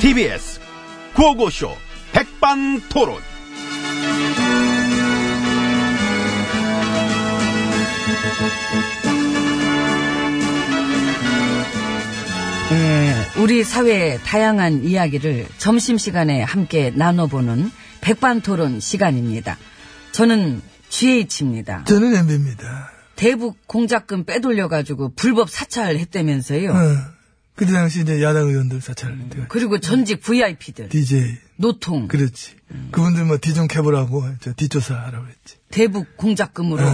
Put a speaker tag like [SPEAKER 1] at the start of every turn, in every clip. [SPEAKER 1] TBS 구호고쇼 백반토론.
[SPEAKER 2] 예, 우리 사회의 다양한 이야기를 점심시간에 함께 나눠보는 백반토론 시간입니다. 저는 GH입니다.
[SPEAKER 3] 저는 엠비입니다.
[SPEAKER 2] 대북 공작금 빼돌려가지고 불법 사찰했다면서요.
[SPEAKER 3] 어. 네. 그때 당시 이제 야당 의원들
[SPEAKER 2] 음.
[SPEAKER 3] 사찰했대. 요
[SPEAKER 2] 그리고 전직 VIP들,
[SPEAKER 3] DJ.
[SPEAKER 2] 노통,
[SPEAKER 3] 그렇지.
[SPEAKER 2] 음.
[SPEAKER 3] 그분들 뭐 뒤 좀 캐보라고, 저 뒷조사 하라고 했지.
[SPEAKER 2] 대북 공작금으로
[SPEAKER 3] 어.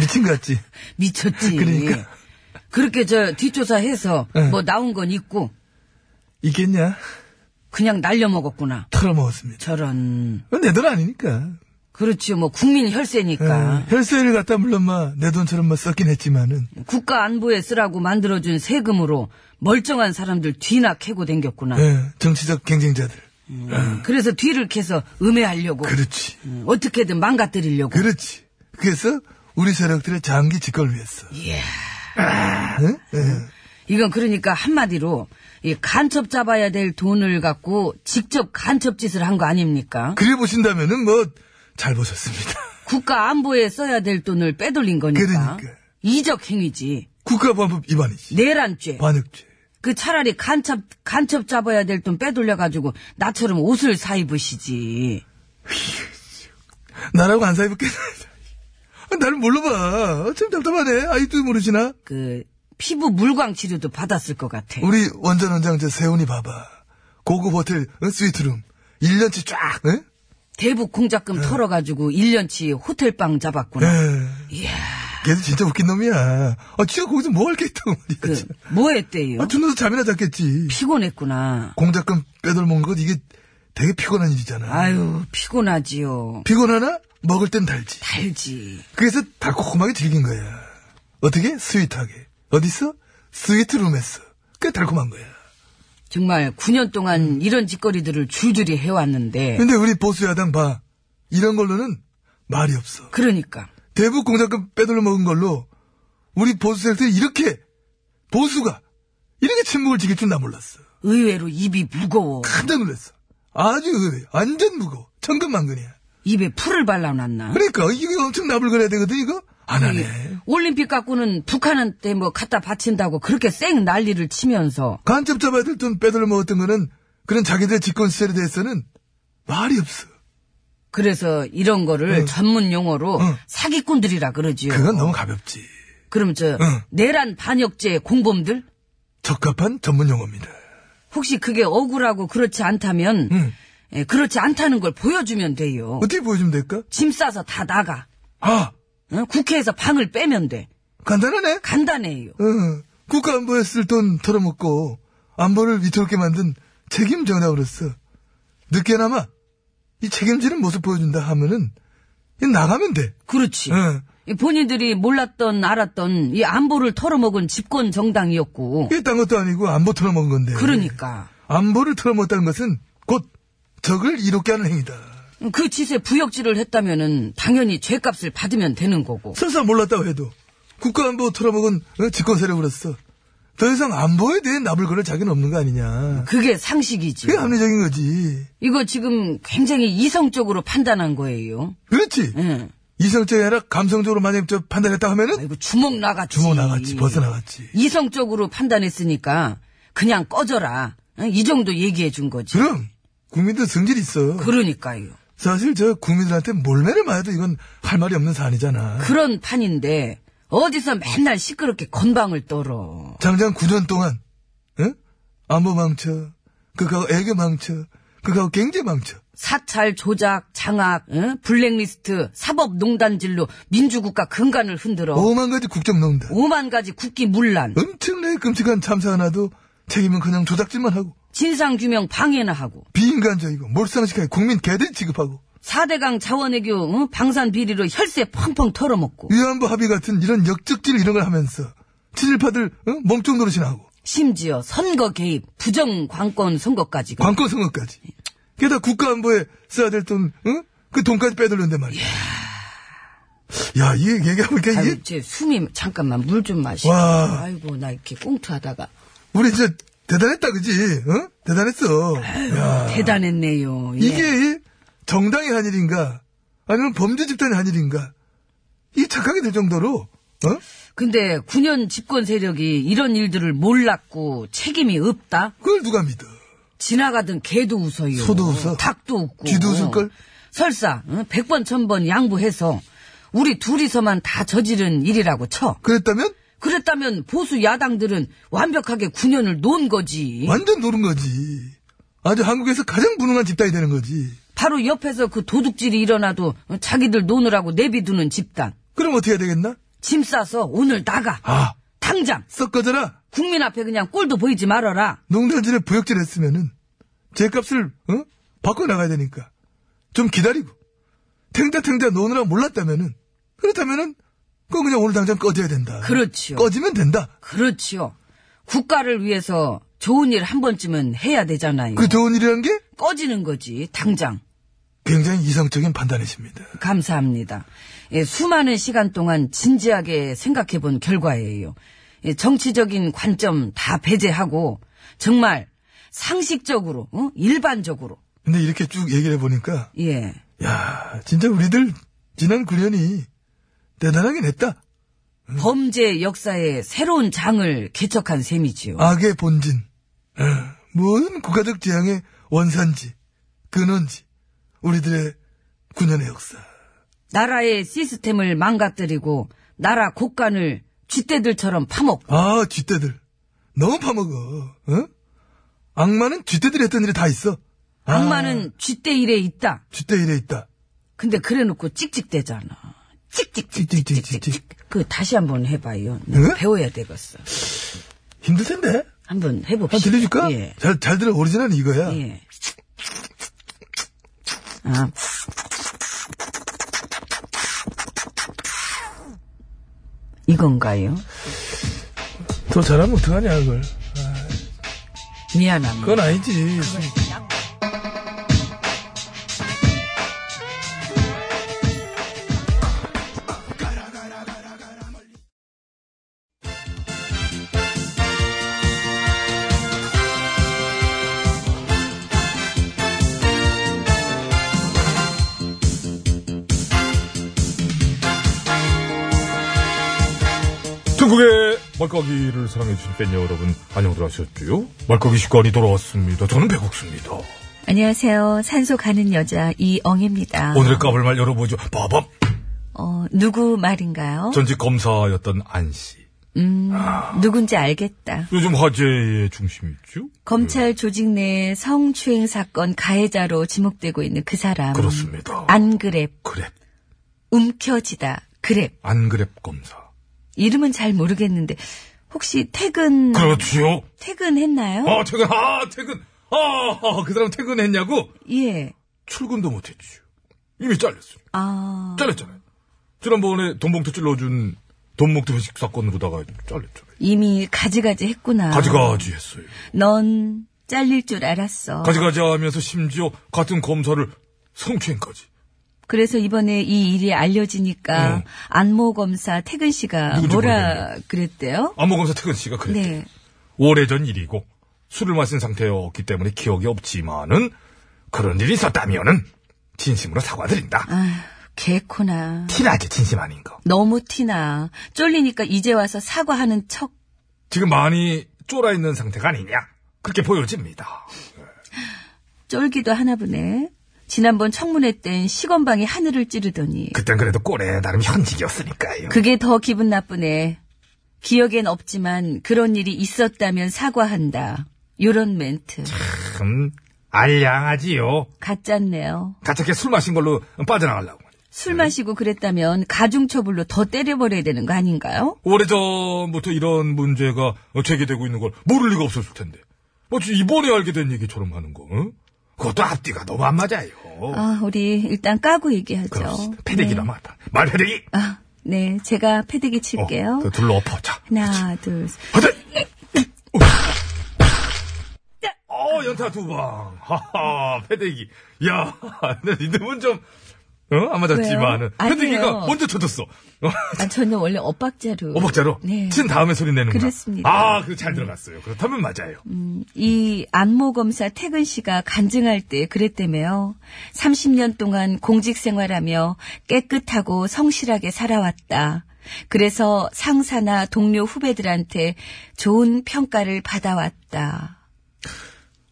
[SPEAKER 3] 미친 것 같지?
[SPEAKER 2] 미쳤지.
[SPEAKER 3] 그러니까.
[SPEAKER 2] 그렇게 저 뒷조사해서
[SPEAKER 3] 예.
[SPEAKER 2] 뭐 나온 건 있고
[SPEAKER 3] 있겠냐?
[SPEAKER 2] 그냥 날려먹었구나.
[SPEAKER 3] 털어먹었습니다.
[SPEAKER 2] 저런.
[SPEAKER 3] 내 돈 아니니까.
[SPEAKER 2] 그렇지 뭐 국민 혈세니까.
[SPEAKER 3] 어, 혈세를 갖다 물론 막 내 돈처럼 막 썼긴 했지만은.
[SPEAKER 2] 국가 안보에 쓰라고 만들어준 세금으로 멀쩡한 사람들 뒤나 캐고 댕겼구나.
[SPEAKER 3] 예, 정치적 경쟁자들.
[SPEAKER 2] 그래서 뒤를 캐서 음해하려고.
[SPEAKER 3] 그렇지.
[SPEAKER 2] 음, 어떻게든 망가뜨리려고.
[SPEAKER 3] 그렇지. 그래서 우리 세력들의 장기 집권을 위해서.
[SPEAKER 2] 이건 그러니까 한마디로 이 간첩 잡아야 될 돈을 갖고 직접 간첩짓을 한 거 아닙니까?
[SPEAKER 3] 그래 보신다면은 뭐 잘 보셨습니다.
[SPEAKER 2] 국가 안보에 써야 될 돈을 빼돌린 거니까.
[SPEAKER 3] 그러니까.
[SPEAKER 2] 이적 행위지.
[SPEAKER 3] 국가보안법 위반이지.
[SPEAKER 2] 네. 내란죄.
[SPEAKER 3] 반역죄.
[SPEAKER 2] 그 차라리 간첩 간첩 잡아야 될 돈 빼돌려 가지고 나처럼 옷을 사 입으시지.
[SPEAKER 3] 나라고 안 사입을게. 아, 나를 뭘로 봐. 참 답답하네. 아이도 모르시나?
[SPEAKER 2] 그 피부 물광 치료도 받았을 것 같아.
[SPEAKER 3] 우리 원전 원장 저 세훈이 봐봐. 고급 호텔 어, 스위트룸. 1년치 쫙. 응?
[SPEAKER 2] 대북
[SPEAKER 3] 네.
[SPEAKER 2] 공작금 털어가지고 1년치 호텔방 잡았구나. 이야.
[SPEAKER 3] 예. 걔도 진짜 웃긴 놈이야. 아, 지가 거기서 뭐 할 게 있다고 말이야.
[SPEAKER 2] 그, 뭐 했대요?
[SPEAKER 3] 아, 주면서 잠이나 잤겠지.
[SPEAKER 2] 피곤했구나.
[SPEAKER 3] 공작금 빼돌먹는 것 이게 되게 피곤한 일이잖아.
[SPEAKER 2] 아유, 피곤하지요.
[SPEAKER 3] 피곤하나? 먹을 땐 달지.
[SPEAKER 2] 달지.
[SPEAKER 3] 그래서 달콤하게 즐긴 거야. 어떻게? 스윗하게. 어디서? 스위트룸에서. 그 달콤한 거야.
[SPEAKER 2] 정말 9년
[SPEAKER 3] 음.
[SPEAKER 2] 동안 이런 짓거리들을 줄줄이 해왔는데.
[SPEAKER 3] 근데 우리 보수 야당 봐. 이런 걸로는 말이 없어.
[SPEAKER 2] 그러니까.
[SPEAKER 3] 대북 공작금 빼돌려 먹은 걸로 우리 보수 세력들이 이렇게 보수가 이렇게 침묵을 지킬 줄 나 몰랐어.
[SPEAKER 2] 의외로 입이 무거워.
[SPEAKER 3] 깜짝 놀랐어. 아주 의외. 완전 무거워. 천근만근이야.
[SPEAKER 2] 입에 풀을 발라놨나?
[SPEAKER 3] 그러니까 이게 엄청 나불거려야 되거든 이거? 안 하네.
[SPEAKER 2] 예. 올림픽 갖고는 북한한테 뭐 갖다 바친다고 그렇게 쌩 난리를 치면서.
[SPEAKER 3] 간첩 잡아야 될 돈 빼돌려 먹었던 거는 그런 자기들의 집권 시절에 대해서는 말이 없어.
[SPEAKER 2] 그래서 이런 거를
[SPEAKER 3] 응.
[SPEAKER 2] 전문 용어로
[SPEAKER 3] 응.
[SPEAKER 2] 사기꾼들이라 그러지요.
[SPEAKER 3] 그건 너무 가볍지.
[SPEAKER 2] 그럼 저
[SPEAKER 3] 응.
[SPEAKER 2] 내란 반역죄 공범들
[SPEAKER 3] 적합한 전문 용어입니다.
[SPEAKER 2] 혹시 그게 억울하고 그렇지 않다면
[SPEAKER 3] 응. 그
[SPEAKER 2] 예, 그렇지 않다는 걸 보여주면 돼요.
[SPEAKER 3] 어떻게 보여주면 될까?
[SPEAKER 2] 짐 싸서 다 나가.
[SPEAKER 3] 아
[SPEAKER 2] 어? 국회에서 방을 빼면 돼.
[SPEAKER 3] 간단하네.
[SPEAKER 2] 간단해요.
[SPEAKER 3] 응. 어, 국가 안보에 쓸 돈 털어먹고 안보를 위태롭게 만든 책임 정당으로서 늦게나마 이 책임지는 모습 보여준다 하면은 이 나가면 돼. 어,
[SPEAKER 2] 그렇지.
[SPEAKER 3] 응.
[SPEAKER 2] 이 본인들이 몰랐던 알았던 이 안보를 털어먹은 집권 정당이었고
[SPEAKER 3] 이딴 것도 아니고 안보 털어먹은 건데.
[SPEAKER 2] 그러니까
[SPEAKER 3] 안보를 털어먹었다는 것은 곧 적을 이롭게 하는 행위다.
[SPEAKER 2] 그 짓에 부역질을 했다면은 당연히 죄값을 받으면 되는 거고
[SPEAKER 3] 설사 몰랐다고 해도 국가안보 털어먹은 어, 집권 세력으로서 더 이상 안보에 대해 나불거릴 자기는 없는 거 아니냐.
[SPEAKER 2] 그게 상식이지.
[SPEAKER 3] 그게 합리적인 거지.
[SPEAKER 2] 이거 지금 굉장히 이성적으로 판단한 거예요.
[SPEAKER 3] 그렇지.
[SPEAKER 2] 응.
[SPEAKER 3] 이성적이 아니라 감성적으로 만약 저 판단했다 하면은
[SPEAKER 2] 아이고 주먹 나갔지.
[SPEAKER 3] 주먹 나갔지,
[SPEAKER 2] 음.
[SPEAKER 3] 벗어나갔지.
[SPEAKER 2] 이성적으로 판단했으니까 그냥 꺼져라. 응? 이 정도 얘기해 준 거지.
[SPEAKER 3] 그럼 국민들 성질이 있어.
[SPEAKER 2] 그러니까요.
[SPEAKER 3] 사실 저 국민들한테 몰매를 맞아도 이건 할 말이 없는 사안이잖아.
[SPEAKER 2] 그런 판인데 어디서 맨날 시끄럽게 건방을 떨어.
[SPEAKER 3] 장장 9년 동안 응? 안보 망쳐, 그거 애교 망쳐, 그거 경제 망쳐.
[SPEAKER 2] 사찰, 조작, 장악, 응? 블랙리스트, 사법농단질로 민주국가 근간을 흔들어. 오...
[SPEAKER 3] 오만 가지 국정농단.
[SPEAKER 2] 5만 가지 국기 문란.
[SPEAKER 3] 어? 엄청나게 끔찍한 참사 하나도 책임은 그냥 조작질만 하고
[SPEAKER 2] 진상규명 방해나 하고.
[SPEAKER 3] 비인간적이고 몰상식하게 국민 개들 취급하고
[SPEAKER 2] 4대강 자원외교 응? 방산 비리로 혈세 펑펑 털어먹고.
[SPEAKER 3] 위안부 합의 같은 이런 역적질 이런 걸 하면서 친일파들 어? 몸종 노릇이나 하고
[SPEAKER 2] 심지어 선거 개입, 부정 관권 선거까지.
[SPEAKER 3] 관권 선거까지 네. 게다가 국가안보에 써야 될 돈 그 돈까지 빼돌렸는데 말이야 야 이게 얘기하고
[SPEAKER 2] 그
[SPEAKER 3] 보니까
[SPEAKER 2] 아유,
[SPEAKER 3] 이게
[SPEAKER 2] 제 숨이 잠깐만 물 좀 마시고.
[SPEAKER 3] 와.
[SPEAKER 2] 아이고 나 이렇게 꽁트하다가
[SPEAKER 3] 우리 진짜 대단했다, 그지? 어? 대단했어. 야,
[SPEAKER 2] 대단했네요. 예.
[SPEAKER 3] 이게 정당의 한 일인가? 아니면 범죄 집단의 한 일인가? 이 착각이 될 정도로, 어?
[SPEAKER 2] 근데 9년 집권 세력이 이런 일들을 몰랐고 책임이 없다?
[SPEAKER 3] 그걸 누가 믿어?
[SPEAKER 2] 지나가던 개도 웃어요.
[SPEAKER 3] 소도 웃어.
[SPEAKER 2] 닭도 웃고.
[SPEAKER 3] 쥐도 웃을걸?
[SPEAKER 2] 설사, 응? 100번, 1000번 양보해서 우리 둘이서만 다 저지른 일이라고 쳐.
[SPEAKER 3] 그랬다면?
[SPEAKER 2] 그랬다면 보수 야당들은 완벽하게 9년을 논 거지.
[SPEAKER 3] 완전 노른 거지. 아주 한국에서 가장 무능한 집단이 되는 거지.
[SPEAKER 2] 바로 옆에서 그 도둑질이 일어나도 자기들 노느라고 내비두는 집단.
[SPEAKER 3] 그럼 어떻게 해야 되겠나?
[SPEAKER 2] 짐 싸서 오늘 나가.
[SPEAKER 3] 아,
[SPEAKER 2] 당장
[SPEAKER 3] 썩 꺼져라.
[SPEAKER 2] 국민 앞에 그냥 꼴도 보이지 말아라.
[SPEAKER 3] 농단질에 부역질 했으면은, 제 값을, 어? 바꿔나가야 되니까. 좀 기다리고. 탱자탱자 노느라 몰랐다면은, 그렇다면은, 그건 그냥 오늘 당장 꺼져야 된다.
[SPEAKER 2] 그렇지요.
[SPEAKER 3] 꺼지면 된다.
[SPEAKER 2] 그렇지요. 국가를 위해서 좋은 일 한 번쯤은 해야 되잖아요.
[SPEAKER 3] 그 좋은 일이라는 게
[SPEAKER 2] 꺼지는 거지. 당장.
[SPEAKER 3] 굉장히 이상적인 판단이십니다.
[SPEAKER 2] 감사합니다. 예, 수많은 시간 동안 진지하게 생각해 본 결과예요. 예, 정치적인 관점 다 배제하고 정말 상식적으로, 어? 일반적으로.
[SPEAKER 3] 근데 이렇게 쭉 얘기를 해보니까,
[SPEAKER 2] 예.
[SPEAKER 3] 야 진짜 우리들 지난 9년이 대단하긴 했다.
[SPEAKER 2] 범죄 역사의 새로운 장을 개척한 셈이지요.
[SPEAKER 3] 악의 본진. 어, 모든 국가적 지향의 원산지, 근원지, 우리들의 9년의 역사.
[SPEAKER 2] 나라의 시스템을 망가뜨리고 나라 곳간을 쥐떼들처럼 파먹고
[SPEAKER 3] 아, 쥐떼들. 너무 파먹어. 어? 악마는 쥐떼들이 했던 일이 다 있어. 아,
[SPEAKER 2] 악마는 쥐떼 일에 있다.
[SPEAKER 3] 쥐떼 일에 있다.
[SPEAKER 2] 근데 그래놓고 찍찍대잖아. 찍찍찍찍찍찍.
[SPEAKER 3] 찍찍찍찍찍.
[SPEAKER 2] 그 다시 한번 해봐요.
[SPEAKER 3] 네?
[SPEAKER 2] 배워야 되겠어.
[SPEAKER 3] 힘들 텐데?
[SPEAKER 2] 한번 해봅시다.
[SPEAKER 3] 한 아, 들려줄까?
[SPEAKER 2] 예.
[SPEAKER 3] 잘, 잘 들어. 오리지널은 이거야.
[SPEAKER 2] 예. 아. 이건가요?
[SPEAKER 3] 더 잘하면 어떡하냐, 그걸.
[SPEAKER 2] 미안합니다.
[SPEAKER 3] 그건 아니지.
[SPEAKER 4] 전국의 말까기를 사랑해주신 팬 여러분, 안녕들 하셨죠? 말까기 시간이 돌아왔습니다. 저는 배국수입니다.
[SPEAKER 5] 안녕하세요. 산소 가는 여자 이엉입니다.
[SPEAKER 4] 오늘의 까불말 열어보죠. 빠밤!
[SPEAKER 5] 어, 누구 말인가요?
[SPEAKER 4] 전직 검사였던 안씨.
[SPEAKER 5] 음, 누군지 알겠다.
[SPEAKER 4] 요즘 화제의 중심이죠?
[SPEAKER 5] 검찰 조직 내 성추행 사건 가해자로 지목되고 있는 그 사람.
[SPEAKER 4] 그렇습니다.
[SPEAKER 2] 아,
[SPEAKER 5] 안 그랩,
[SPEAKER 4] 그랩.
[SPEAKER 5] 움켜지다, 그랩.
[SPEAKER 4] 안 그랩 검사.
[SPEAKER 5] 이름은 잘 모르겠는데, 혹시 퇴근,
[SPEAKER 4] 그렇지요?
[SPEAKER 5] 퇴근했나요?
[SPEAKER 4] 아, 퇴근, 아, 퇴근. 아, 아, 그 사람 퇴근했냐고?
[SPEAKER 5] 예.
[SPEAKER 4] 출근도 못했지요. 이미 잘렸어요.
[SPEAKER 5] 아,
[SPEAKER 4] 잘렸잖아요. 지난번에 돈봉투 찔러준 돈목두 회식 사건으로다가 잘렸잖아요.
[SPEAKER 5] 이미 가지가지 했구나.
[SPEAKER 4] 가지가지 했어요.
[SPEAKER 5] 넌 잘릴 줄 알았어.
[SPEAKER 4] 가지가지 하면서 심지어 같은 검사를 성추행까지.
[SPEAKER 5] 그래서 이번에 이 일이 알려지니까
[SPEAKER 4] 음.
[SPEAKER 5] 안모 검사 태근 씨가
[SPEAKER 4] 누군지
[SPEAKER 5] 뭐라
[SPEAKER 4] 모르겠네요.
[SPEAKER 5] 그랬대요?
[SPEAKER 4] 안모검사 태근 씨가 그랬대요.
[SPEAKER 5] 네.
[SPEAKER 4] 오래전 일이고 술을 마신 상태였기 때문에 기억이 없지만은 그런 일이 있었다면은 진심으로 사과드린다.
[SPEAKER 5] 아, 개코나.
[SPEAKER 4] 티나지 진심 아닌 거.
[SPEAKER 5] 너무 티나. 쫄리니까 이제 와서 사과하는 척.
[SPEAKER 4] 지금 많이 쫄아 있는 상태가 아니냐 그렇게 보여집니다.
[SPEAKER 5] 쫄기도 하나 보네. 지난번 청문회 땐 시건방이 하늘을 찌르더니.
[SPEAKER 4] 그땐 그래도 꼴에 나름 현직이었으니까요.
[SPEAKER 5] 그게 더 기분 나쁘네. 기억엔 없지만 그런 일이 있었다면 사과한다. 요런 멘트.
[SPEAKER 4] 참 알량하지요.
[SPEAKER 5] 가짰네요.
[SPEAKER 4] 가차게 술 마신 걸로 빠져나가려고.
[SPEAKER 5] 술
[SPEAKER 4] 네.
[SPEAKER 5] 마시고 그랬다면 가중처벌로 더 때려버려야 되는 거 아닌가요?
[SPEAKER 4] 오래전부터 이런 문제가 제기되고 있는 걸 모를 리가 없었을 텐데. 마치 이번에 알게 된 얘기처럼 하는 거. 응? 그것도 앞뒤가 너무 안 맞아요.
[SPEAKER 5] 아, 우리 일단 까고 얘기하죠. 네.
[SPEAKER 4] 그렇습니다. 패대기다 말. 말 패대기.
[SPEAKER 5] 아, 네, 제가 패드기 칠게요.
[SPEAKER 4] 어, 그 둘러 엎어자.
[SPEAKER 5] 하나, 둘, 셋.
[SPEAKER 4] 하자. 어, 연타 두 방. 하하, 패대기. 야, 근데 리듬은 좀
[SPEAKER 3] 어? 안 맞았지만은.
[SPEAKER 2] 왜요? 아니에요.
[SPEAKER 3] 현대기가 먼저 쳐졌어. 어,
[SPEAKER 2] 아, 저는 원래 엇박자로.
[SPEAKER 3] 박자로.
[SPEAKER 2] 네.
[SPEAKER 3] 친 다음에 소리 내는 거.
[SPEAKER 2] 그렇습니다.
[SPEAKER 3] 아, 그래, 잘 들어갔어요. 그렇다면 맞아요.
[SPEAKER 2] 이 안모 검사 태근 씨가 간증할 때 그랬다며요. 30년 동안 공직 생활하며 깨끗하고 성실하게 살아왔다. 그래서 상사나 동료 후배들한테 좋은 평가를 받아왔다.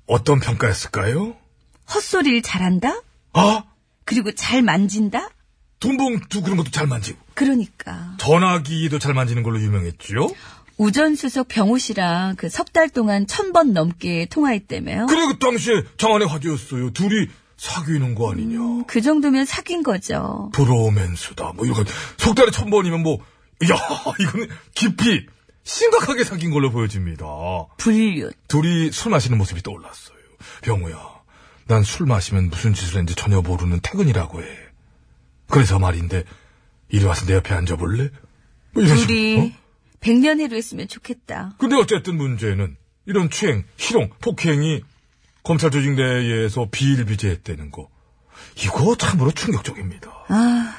[SPEAKER 3] 어떤 평가였을까요?
[SPEAKER 2] 헛소리를 잘한다?
[SPEAKER 3] 아!
[SPEAKER 2] 그리고 잘 만진다?
[SPEAKER 3] 돈봉투 그런 것도 잘 만지고.
[SPEAKER 2] 그러니까.
[SPEAKER 3] 전화기도 잘 만지는 걸로 유명했죠.
[SPEAKER 2] 우전수석 병호 씨랑 그 석 달 동안 천 번 넘게 통화했다며요.
[SPEAKER 3] 그래, 그 당시에 장안의 화제였어요. 둘이 사귀는 거 아니냐.
[SPEAKER 2] 그 정도면 사귄 거죠.
[SPEAKER 3] 브로맨스다. 뭐, 이런. 거. 석 달에 천 번이면 뭐, 야 이거는 깊이, 심각하게 사귄 걸로 보여집니다.
[SPEAKER 2] 불륜.
[SPEAKER 3] 둘이 술 마시는 모습이 떠올랐어요. 병우야, 난 술 마시면 무슨 짓을 했는지 전혀 모르는 퇴근이라고 해. 그래서 말인데, 이리 와서 내 옆에 앉아볼래? 뭐 이런 식으로, 어?
[SPEAKER 2] 둘이 백년 해로 했으면 좋겠다.
[SPEAKER 3] 근데 어쨌든 문제는 이런 추행, 실용, 폭행이 검찰 조직 내에서 비일비재했다는 거. 이거 참으로 충격적입니다.
[SPEAKER 2] 아,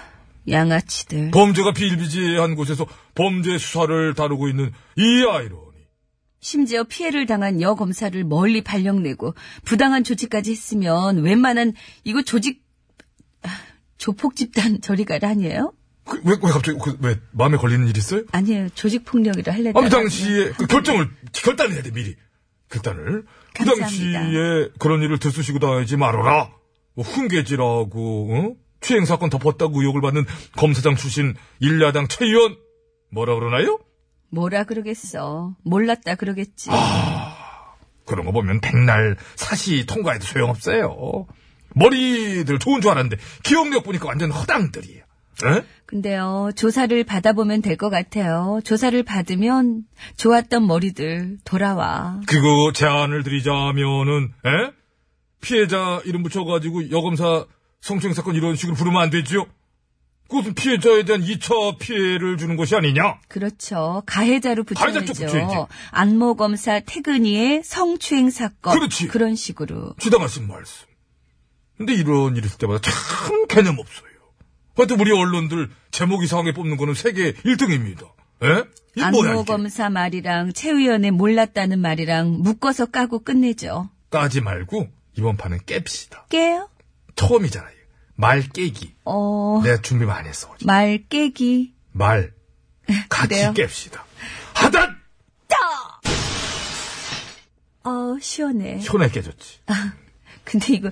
[SPEAKER 2] 양아치들.
[SPEAKER 3] 범죄가 비일비재한 곳에서 범죄 수사를 다루고 있는 이 아이러니.
[SPEAKER 2] 심지어 피해를 당한 여검사를 멀리 발령내고 부당한 조치까지 했으면 웬만한 이거 조직 아, 조폭 집단 저리갈 아니에요?
[SPEAKER 3] 그, 왜, 왜 갑자기, 그, 왜 마음에 걸리는 일 있어요?
[SPEAKER 2] 아니에요. 조직 폭력이라 할래.
[SPEAKER 3] 아, 그 당시에 그 결정을, 결단을 해야 돼, 미리. 결단을. 그
[SPEAKER 2] 감사합니다.
[SPEAKER 3] 당시에 그런 일을 들쑤시고 다니지 말아라. 뭐 훈계지라고, 어? 추행사건 덮었다고 의혹을 받는 검사장 출신 일야당 최 의원. 뭐라 그러나요?
[SPEAKER 2] 뭐라 그러겠어. 몰랐다 그러겠지.
[SPEAKER 3] 아. 그런 거 보면 백날 사시 통과해도 소용없어요. 머리들 좋은 줄 알았는데 기억력 보니까 완전 허당들이에요. 에?
[SPEAKER 2] 근데요, 조사를 받아보면 될 것 같아요. 조사를 받으면 좋았던 머리들 돌아와.
[SPEAKER 3] 그리고 제안을 드리자면은 에? 피해자 이름 붙여가지고 여검사 성추행 사건 이런 식으로 부르면 안 되죠. 그것은 피해자에 대한 2차 피해를 주는 것이 아니냐.
[SPEAKER 2] 그렇죠. 가해자로
[SPEAKER 3] 가해자 쪽 붙여야지.
[SPEAKER 2] 붙여야죠. 안모 검사 태근이의 성추행 사건.
[SPEAKER 3] 그렇지.
[SPEAKER 2] 런 식으로.
[SPEAKER 3] 주당하신 말씀. 근데 이런 일 있을 때마다 참 개념 없어요. 하여튼 우리 언론들 제목 이상하게 뽑는 거는 세계 1등입니다. 에? 이 뭐야,
[SPEAKER 2] 안모
[SPEAKER 3] 이게.
[SPEAKER 2] 검사 말이랑 최 의원의 몰랐다는 말이랑 묶어서 까고 끝내죠.
[SPEAKER 3] 까지 말고 이번 판은 깹시다.
[SPEAKER 2] 깨요?
[SPEAKER 3] 처음이잖아요. 말 깨기.
[SPEAKER 2] 어,
[SPEAKER 3] 내가 준비 많이 했어. 어제.
[SPEAKER 2] 말 깨기.
[SPEAKER 3] 말 같이
[SPEAKER 2] 그래요?
[SPEAKER 3] 깹시다. 하단
[SPEAKER 2] 어, 시원해.
[SPEAKER 3] 손에 깨졌지.
[SPEAKER 2] 근데 이거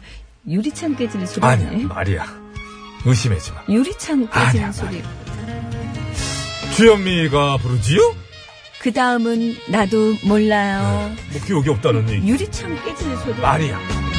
[SPEAKER 2] 유리창 깨지는 소리네.
[SPEAKER 3] 아니야 말이야. 의심하지 마.
[SPEAKER 2] 유리창
[SPEAKER 3] 아니야,
[SPEAKER 2] 깨지는 소리.
[SPEAKER 3] 주현미가 부르지요?
[SPEAKER 2] 그 다음은 나도 몰라요.
[SPEAKER 3] 뭐 기억이 없다는 얘기.
[SPEAKER 2] 유리창 깨지는 소리.
[SPEAKER 3] 말이야.